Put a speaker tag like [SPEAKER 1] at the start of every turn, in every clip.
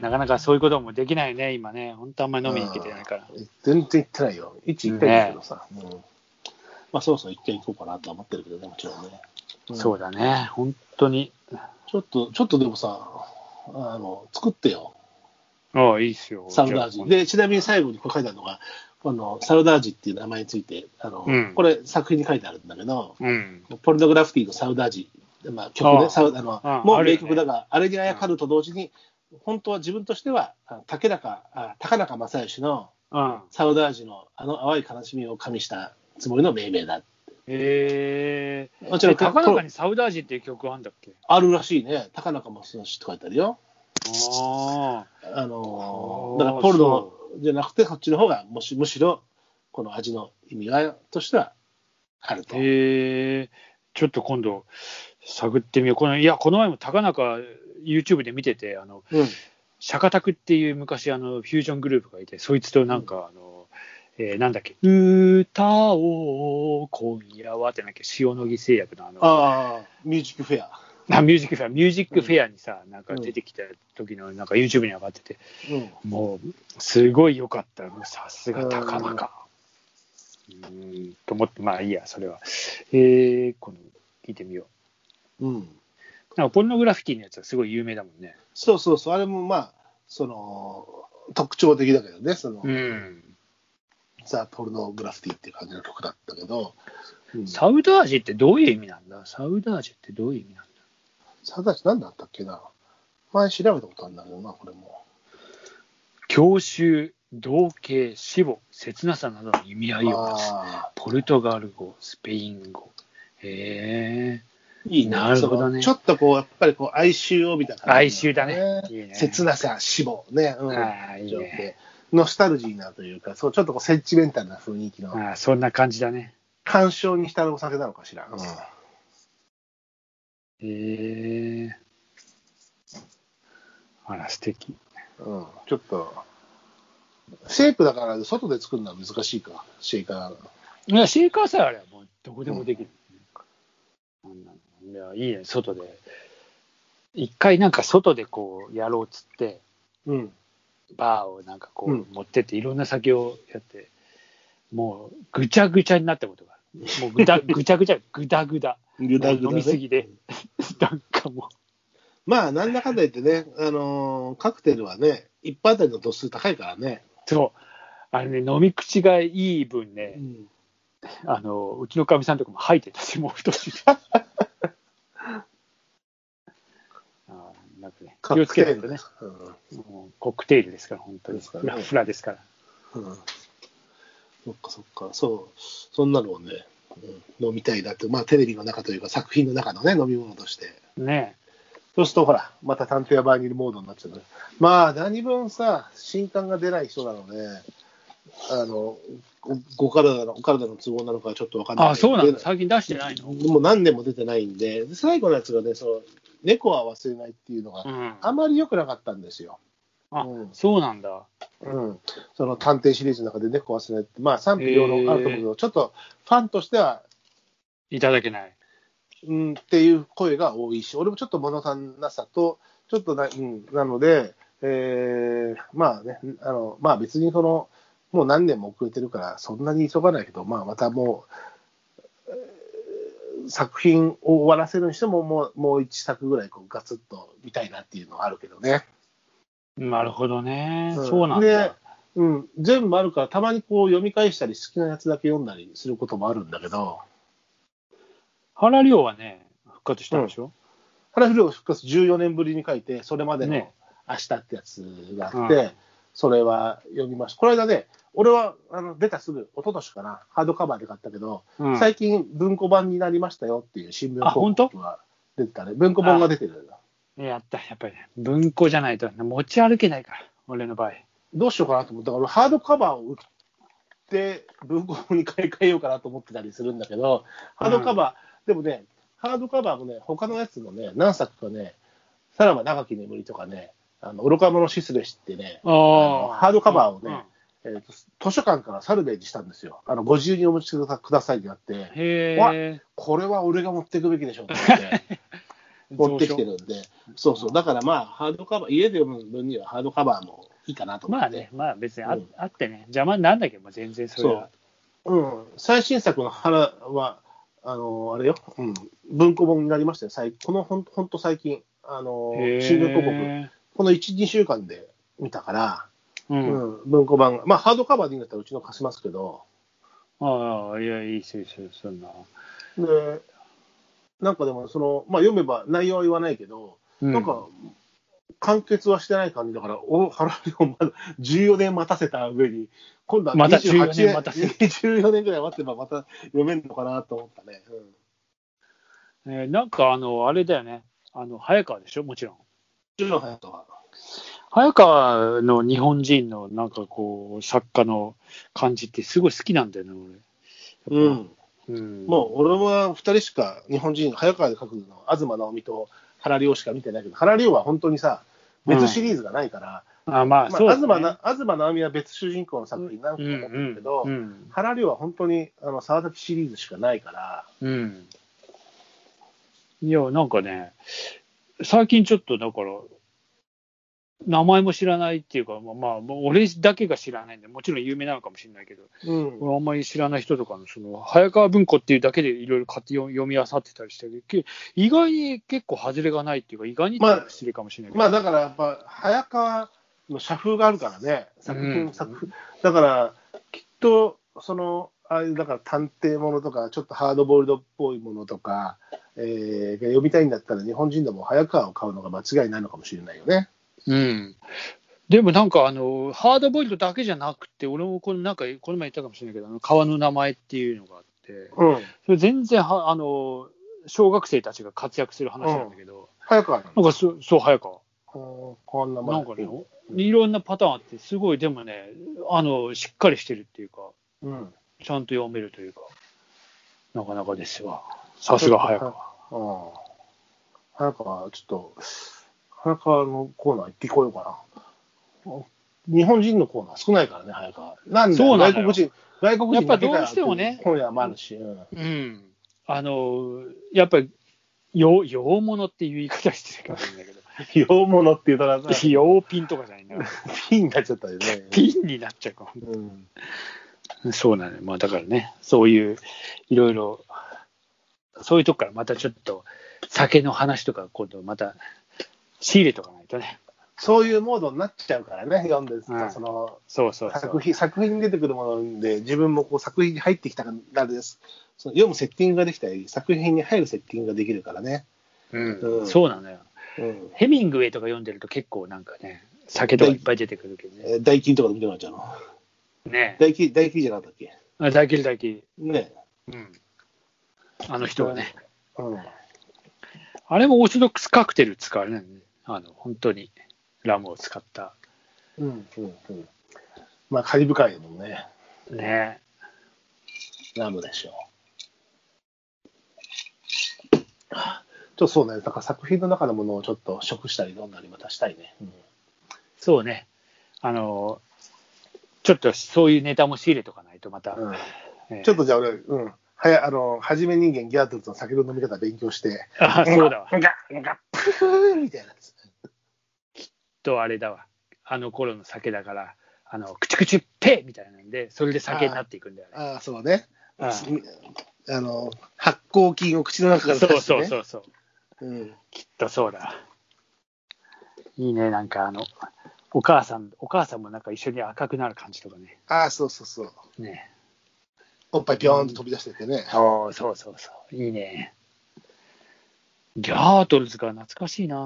[SPEAKER 1] なかそういうこともできないね、今ね。本当あんまり飲みに行けてないから。
[SPEAKER 2] うん全然行ってないよ。一行ったんだけどさ、うんまあそろそろ一回行こうかなとは思ってるけどね、もちろんね。うん
[SPEAKER 1] そうだね。本当に。
[SPEAKER 2] ちょっと、ちょっとでもさ、あの、作ってよ。
[SPEAKER 1] ああ、いいっすよ。
[SPEAKER 2] サウダージ。
[SPEAKER 1] じゃあ
[SPEAKER 2] で、ちなみに最後にこう書いてあるのが、このサウダージっていう名前について、あの、
[SPEAKER 1] うん
[SPEAKER 2] これ作品に書いてあるんだけど、
[SPEAKER 1] うん。
[SPEAKER 2] ポルノグラフィティのサウダージ、まあ、曲
[SPEAKER 1] あ
[SPEAKER 2] ね、
[SPEAKER 1] あ
[SPEAKER 2] サウあの
[SPEAKER 1] ああ
[SPEAKER 2] も
[SPEAKER 1] あ
[SPEAKER 2] う
[SPEAKER 1] るよ
[SPEAKER 2] 名
[SPEAKER 1] ね
[SPEAKER 2] 曲だが、あれにあやかると同時に、本当は自分としては、あ竹中、あ高中正義の
[SPEAKER 1] うん。
[SPEAKER 2] サウダージのあの淡い悲しみを加味したつもりの命名だ。
[SPEAKER 1] ええ
[SPEAKER 2] もちろん、
[SPEAKER 1] 高中に
[SPEAKER 2] こ
[SPEAKER 1] サウダージっていう曲あんだっけ
[SPEAKER 2] あるらしいね。高中正義って書いてあるよ。
[SPEAKER 1] ああ。
[SPEAKER 2] あの
[SPEAKER 1] あー
[SPEAKER 2] ーだからポルノ
[SPEAKER 1] そ
[SPEAKER 2] じゃなくて、そっちの方がもしむしろ、この味の意味がとしてはあると。
[SPEAKER 1] ええちょっと今度探ってみよう。このいや、この前も高中 YouTube で見てて、あの、
[SPEAKER 2] うん、
[SPEAKER 1] シャカタクっていう昔あのフュージョングループがいて、そいつとなんかあの、えーなんだっけ、歌を今夜はってなんだっけ、塩野義製薬のあの、
[SPEAKER 2] ああ、ミュージックフェア。
[SPEAKER 1] あミュージックフェア、ミュージックフェアにさ、なんか出てきた時のなんか YouTube に上がってて、
[SPEAKER 2] うん、
[SPEAKER 1] もうすごい良かった。もうさすが高中。うーん、と思って、まあいいや、それは。えー、この、聞いてみよ
[SPEAKER 2] うん、
[SPEAKER 1] う。なんかポルノグラフィティのやつはすごい有名だもんね。
[SPEAKER 2] そうそうそう、あれもまあ、その特徴的だけどね、その、
[SPEAKER 1] うん。
[SPEAKER 2] ザ・ポルノグラフィティっていう感じの曲だったけど、うんサ
[SPEAKER 1] サウダージってどういう意味なんだサウダージってどういう意味なんだ
[SPEAKER 2] ウダージ何だったっけな、前調べたことあるんだけどな、これも。
[SPEAKER 1] 郷愁、同型、死母、切なさなどの意味合いを持つ。
[SPEAKER 2] あ
[SPEAKER 1] ポルトガル語、スペイン語。へえ。
[SPEAKER 2] ーいいね
[SPEAKER 1] なるほどね
[SPEAKER 2] そのちょっとこう、やっぱりこう哀愁をみたいな感
[SPEAKER 1] 哀
[SPEAKER 2] じ
[SPEAKER 1] 愁だ
[SPEAKER 2] なんよ
[SPEAKER 1] ね。いいね。
[SPEAKER 2] 切なさ、死亡ね、うん
[SPEAKER 1] ああいいね
[SPEAKER 2] ノスタルジーなというか、そうちょっとこうセンチメンタルな雰囲気の、
[SPEAKER 1] ああ、そんな感じだね。
[SPEAKER 2] 鑑賞に浸るお酒なのかしら。
[SPEAKER 1] へえ。あら、素敵。
[SPEAKER 2] うん、うんちょっと、シェイプだから、外で作るのは難しいか、シェイカ
[SPEAKER 1] い
[SPEAKER 2] ー。
[SPEAKER 1] や、シェイカーさえあればもうどこでもできる。あんなのいや、いいね、外で。一回なんか外でこうやろうっつって、
[SPEAKER 2] うん、
[SPEAKER 1] バーをなんかこ
[SPEAKER 2] うん
[SPEAKER 1] う持ってっていろんな酒をやって、もうぐちゃぐちゃになったことがある。もうぐ だぐちゃぐちゃ、ぐだぐだ。
[SPEAKER 2] グダ
[SPEAKER 1] も
[SPEAKER 2] グ
[SPEAKER 1] う飲
[SPEAKER 2] ダ
[SPEAKER 1] みす
[SPEAKER 2] ね、
[SPEAKER 1] ぎで。 なんかも
[SPEAKER 2] まあ、なんだかんだ言ってね、あのーカクテルはね、一般当たりの度数高いからね。
[SPEAKER 1] う、そう。あれね、飲み口がいい分ね、
[SPEAKER 2] うん
[SPEAKER 1] あの、うちのかみさんとかも吐いてたし、もう太しで。 あーなんかね、気をつけないとね、もうコクテールですから、本当に。
[SPEAKER 2] ですか
[SPEAKER 1] フ
[SPEAKER 2] らね
[SPEAKER 1] ラフラですから。
[SPEAKER 2] うんうんそっかそっか、そう、そんなのをね、うん飲みたいなって、まあ、テレビの中というか、作品の中のね、飲み物として。
[SPEAKER 1] ね
[SPEAKER 2] そうすると、ほら、また探偵やバーニルモードになっちゃうね。まあ、何分さ、新刊が出ない人なので、あの、ごご体の、お体の都合なのかちょっとわかんない
[SPEAKER 1] ああ、そうなんだ。
[SPEAKER 2] 出ない
[SPEAKER 1] 最近出してないの
[SPEAKER 2] もう何年も出てないんで、で最後のやつがね、その、猫は忘れないっていうのが
[SPEAKER 1] う、ん。
[SPEAKER 2] あまり良くなかったんですよ。
[SPEAKER 1] あ
[SPEAKER 2] うん、
[SPEAKER 1] そうなんだ。
[SPEAKER 2] うん、その探偵シリーズの中で猫忘れないって、まあ、賛否両論あると思うけど、ちょっとファンとしては、
[SPEAKER 1] いただけない。
[SPEAKER 2] うんっていう声が多いし、俺もちょっと物足んなさと、ちょっとな,、うん、なので、えーまあね、あのまあ、別にその、もう何年も遅れてるから、そんなに急がないけど、まあ、またもう、えー作品を終わらせるにしても、もうもう一作ぐらいこうガツッと見たいなっていうのはあるけどね。
[SPEAKER 1] なるほどね。
[SPEAKER 2] うん
[SPEAKER 1] そうなん
[SPEAKER 2] で
[SPEAKER 1] だ。、
[SPEAKER 2] うん、全部あるから、たまにこう読み返したり、好きなやつだけ読んだりすることもあるんだけど、
[SPEAKER 1] 原亮はね、復活したんでしょ、
[SPEAKER 2] 原フルを復活14年ぶりに書いて、それまでの
[SPEAKER 1] ね
[SPEAKER 2] 明日ってやつがあって、
[SPEAKER 1] うん
[SPEAKER 2] それは読みました。この間ね、俺はあの出たすぐ、一昨年かな、ハードカバーで買ったけど、
[SPEAKER 1] うん、
[SPEAKER 2] 最近文庫版になりましたよっていう新聞
[SPEAKER 1] あ本
[SPEAKER 2] 広
[SPEAKER 1] 当
[SPEAKER 2] 告が出てたね。文庫版が出てる。
[SPEAKER 1] やった、やっぱりね。文庫じゃないと持ち歩けないから、俺の場合。
[SPEAKER 2] どうしようかなと思ったから、俺ハードカバーを売って、文庫に買い替えようかなと思ってたりするんだけど、ハードカバー、でもね、ハードカバーもね、他のやつもね、何作かね、さらば長き眠りとかね、あの愚か者シスレシってね、あの
[SPEAKER 1] あ
[SPEAKER 2] ハードカバーをね、えーと、図書館からサルベージしたんですよ。あのご自由にお持ちくださいってなって、
[SPEAKER 1] へ
[SPEAKER 2] わ
[SPEAKER 1] え。
[SPEAKER 2] これは俺が持っていくべきでしょうと思って。持ってきてるんで、そうそう、だからまあ、ハードカバー、家で読む分にはハードカバーもいいかなと思
[SPEAKER 1] ま
[SPEAKER 2] っ
[SPEAKER 1] あ
[SPEAKER 2] て、
[SPEAKER 1] ね、まあ別にあ,、
[SPEAKER 2] うん
[SPEAKER 1] あってね、邪魔になんだけど、まあ全然それは。
[SPEAKER 2] うん、最新作の原は、あのあれよ、うん、文庫本になりましたよ、最このほんほんと最近、あの
[SPEAKER 1] へー
[SPEAKER 2] 中国語国、この1、2週間で見たから、
[SPEAKER 1] う。
[SPEAKER 2] うんん文庫版、まあ、ハードカバーでいいんだったらうちの貸しますけど、
[SPEAKER 1] ああ、いや、いいですよ、いいですよそんな。
[SPEAKER 2] でなんかでもその、まあ、読めば内容は言わないけど、
[SPEAKER 1] な
[SPEAKER 2] なんか、完結はしてない感じだから、お原をまだ14年待たせた上に、今度は
[SPEAKER 1] また
[SPEAKER 2] 28
[SPEAKER 1] 14年待たせる
[SPEAKER 2] 24年ぐらい待てば、また読めるのかなと思ったね。うん
[SPEAKER 1] えーなんかあの、あれだよね。あの、早川でしょもちろん。
[SPEAKER 2] ジュノハヤトは。
[SPEAKER 1] 早川の日本人のなんかこう、作家の感じってすごい好きなんだよね、俺。
[SPEAKER 2] う
[SPEAKER 1] やっ
[SPEAKER 2] ん。
[SPEAKER 1] ぱ。うん。
[SPEAKER 2] もう俺は2人しか日本人、早川で書くの、東直美と原涼しか見てないけど、原涼は本当にさ、別シリーズがないから、
[SPEAKER 1] あまあ、
[SPEAKER 2] まあ
[SPEAKER 1] そうだね、
[SPEAKER 2] 東な東直美は別主人公の作品何個
[SPEAKER 1] う
[SPEAKER 2] か
[SPEAKER 1] ん
[SPEAKER 2] 持ってるけど、
[SPEAKER 1] うんうん
[SPEAKER 2] 原涼は本当にあの沢崎シリーズしかないから、
[SPEAKER 1] うん。いや、なんかね、最近ちょっとだから、名前も知らないっていうか、まあ、まあ、もう俺だけが知らないんで、もちろん有名なのかもしれないけど、
[SPEAKER 2] うん
[SPEAKER 1] 俺あんまり知らない人とかの、その、早川文庫っていうだけでいろいろ買って読読み漁ってたりしてるけど、意外に結構外れがないっていうか、意外にって言ったら失礼かもしれないけど、
[SPEAKER 2] まあだからやっぱ早川の社風があるからね作品、
[SPEAKER 1] うん
[SPEAKER 2] 作風だからきっとそのああいうだから探偵ものとかちょっとハードボイルドっぽいものとか、えーが読みたいんだったら日本人でも早川を買うのが間違いないのかもしれないよね。
[SPEAKER 1] うん。でもなんかあの、ハードボイルドだけじゃなくて、俺もこのなんか、この前言ったかもしれないけど、あの川の名前っていうのがあって、
[SPEAKER 2] うん、
[SPEAKER 1] それ全然は、あの、小学生たちが活躍する話なんだけど、
[SPEAKER 2] 早川
[SPEAKER 1] なんかそ、そう、早川。
[SPEAKER 2] こんなも
[SPEAKER 1] なんかね、いろんなパターンあって、すごい、でもね、あの、しっかりしてるっていうか、
[SPEAKER 2] うん、
[SPEAKER 1] ちゃんと読めるというか、なかなかですわ。さすが早川。
[SPEAKER 2] うん、早川ちょっと早川のコーナー行ってこようかな。日本人のコーナー少ないからね、早川。なんで
[SPEAKER 1] そうなのよ
[SPEAKER 2] 外国人、外国人
[SPEAKER 1] やっぱどうしてもね
[SPEAKER 2] 今夜もあるし、うん
[SPEAKER 1] うん。あの、やっぱり、よ洋物っていう言い方してるかもしれない けど、
[SPEAKER 2] 洋物って言うたら さ、
[SPEAKER 1] 洋ピンとかじゃないんだ から
[SPEAKER 2] ピンになっちゃったよね。
[SPEAKER 1] ピンになっちゃうか
[SPEAKER 2] うん、
[SPEAKER 1] も。そうなのよ。まあだからね、そういう、いろいろ、そういうとこからまたちょっと、酒の話とか、今度また、仕入れとかないとね。
[SPEAKER 2] そういうモードになっちゃうからね、読んでると、
[SPEAKER 1] うん
[SPEAKER 2] その
[SPEAKER 1] そうそうそ
[SPEAKER 2] 作
[SPEAKER 1] う。
[SPEAKER 2] 品、作品に出てくるもので、自分もこう作品に入ってきたからです。その読むセッティングができたり、作品に入るセッティングができるからね。
[SPEAKER 1] う、
[SPEAKER 2] うんん
[SPEAKER 1] そうなのよ。
[SPEAKER 2] うん
[SPEAKER 1] ヘミングウェイとか読んでると結構なんかね、酒とかいっぱい出てくるけどね。
[SPEAKER 2] えー、大金とかで見てもらっちゃうの。
[SPEAKER 1] ね
[SPEAKER 2] 大金、大金じゃなかったっけ
[SPEAKER 1] あ大嫌い大嫌い。
[SPEAKER 2] ね
[SPEAKER 1] うん。あの人がね。
[SPEAKER 2] うん。
[SPEAKER 1] あれもオーソドックスカクテル使われないね。あの、本当にラムを使った。
[SPEAKER 2] うん、うん、うん。まあ、カリブ海のね、
[SPEAKER 1] ね
[SPEAKER 2] ラムでしょう。ちょっとそうね、だから作品の中のものをちょっと食したり飲んだりまたしたいね。
[SPEAKER 1] そうね。あの、ちょっとそういうネタも仕入れとかないとまた。
[SPEAKER 2] うん。
[SPEAKER 1] ええ
[SPEAKER 2] ちょっとじゃあ俺、うん。はや、あの、はじめ人間ギャートルズの酒の飲み方勉強して、
[SPEAKER 1] あ、そうだわ。
[SPEAKER 2] ガッ、ガッ、プーみたいなやつ。
[SPEAKER 1] とあれだわ。あの頃の酒だから、あの、クチュクチュペーみたいなんで、それで酒になっていくんだよね。
[SPEAKER 2] ああ、そうね。
[SPEAKER 1] ああ
[SPEAKER 2] あの、発酵菌を口の中から出して、
[SPEAKER 1] そう
[SPEAKER 2] ね。
[SPEAKER 1] そうそうそう。
[SPEAKER 2] う。うん。
[SPEAKER 1] きっとそうだ。いいね、なんかあの、お母さん、お母さんもなんか一緒に赤くなる感じとかね。
[SPEAKER 2] ああ、そうそうそう。
[SPEAKER 1] ね。
[SPEAKER 2] おっぱいピョーンと飛び出しててね。
[SPEAKER 1] そうそうそうそう。いいね。ギャートルズが懐かしいな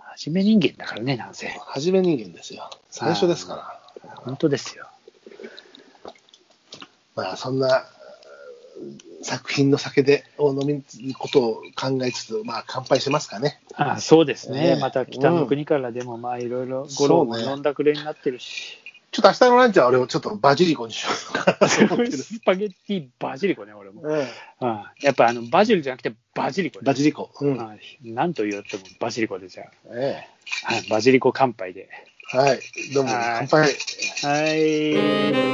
[SPEAKER 1] はじめ人間だからね、なんせ。
[SPEAKER 2] はじめ人間ですよ。最初ですから。
[SPEAKER 1] 本当ですよ。
[SPEAKER 2] まあ、そんなうん作品の酒でを飲みにことを考えつつ、まあ、乾杯しますかね。
[SPEAKER 1] あそうですね。
[SPEAKER 2] ねえ
[SPEAKER 1] また北の国からでも、まあいろいろ、ゴロも飲んだくれになってるし。
[SPEAKER 2] ちょっと明日のランチは俺をちょっとバジリコにしようかなと思ってる。
[SPEAKER 1] スパゲッティバジリコね、俺も。
[SPEAKER 2] うん、
[SPEAKER 1] あやっぱあの、バジルじゃなくてバジリコね
[SPEAKER 2] バジリコ。うん。
[SPEAKER 1] はいなんと言ってもバジリコでじゃ
[SPEAKER 2] え
[SPEAKER 1] あ、はい、バジリコ乾杯で。
[SPEAKER 2] えはい。どうも、
[SPEAKER 1] はい
[SPEAKER 2] 乾杯。
[SPEAKER 1] はい。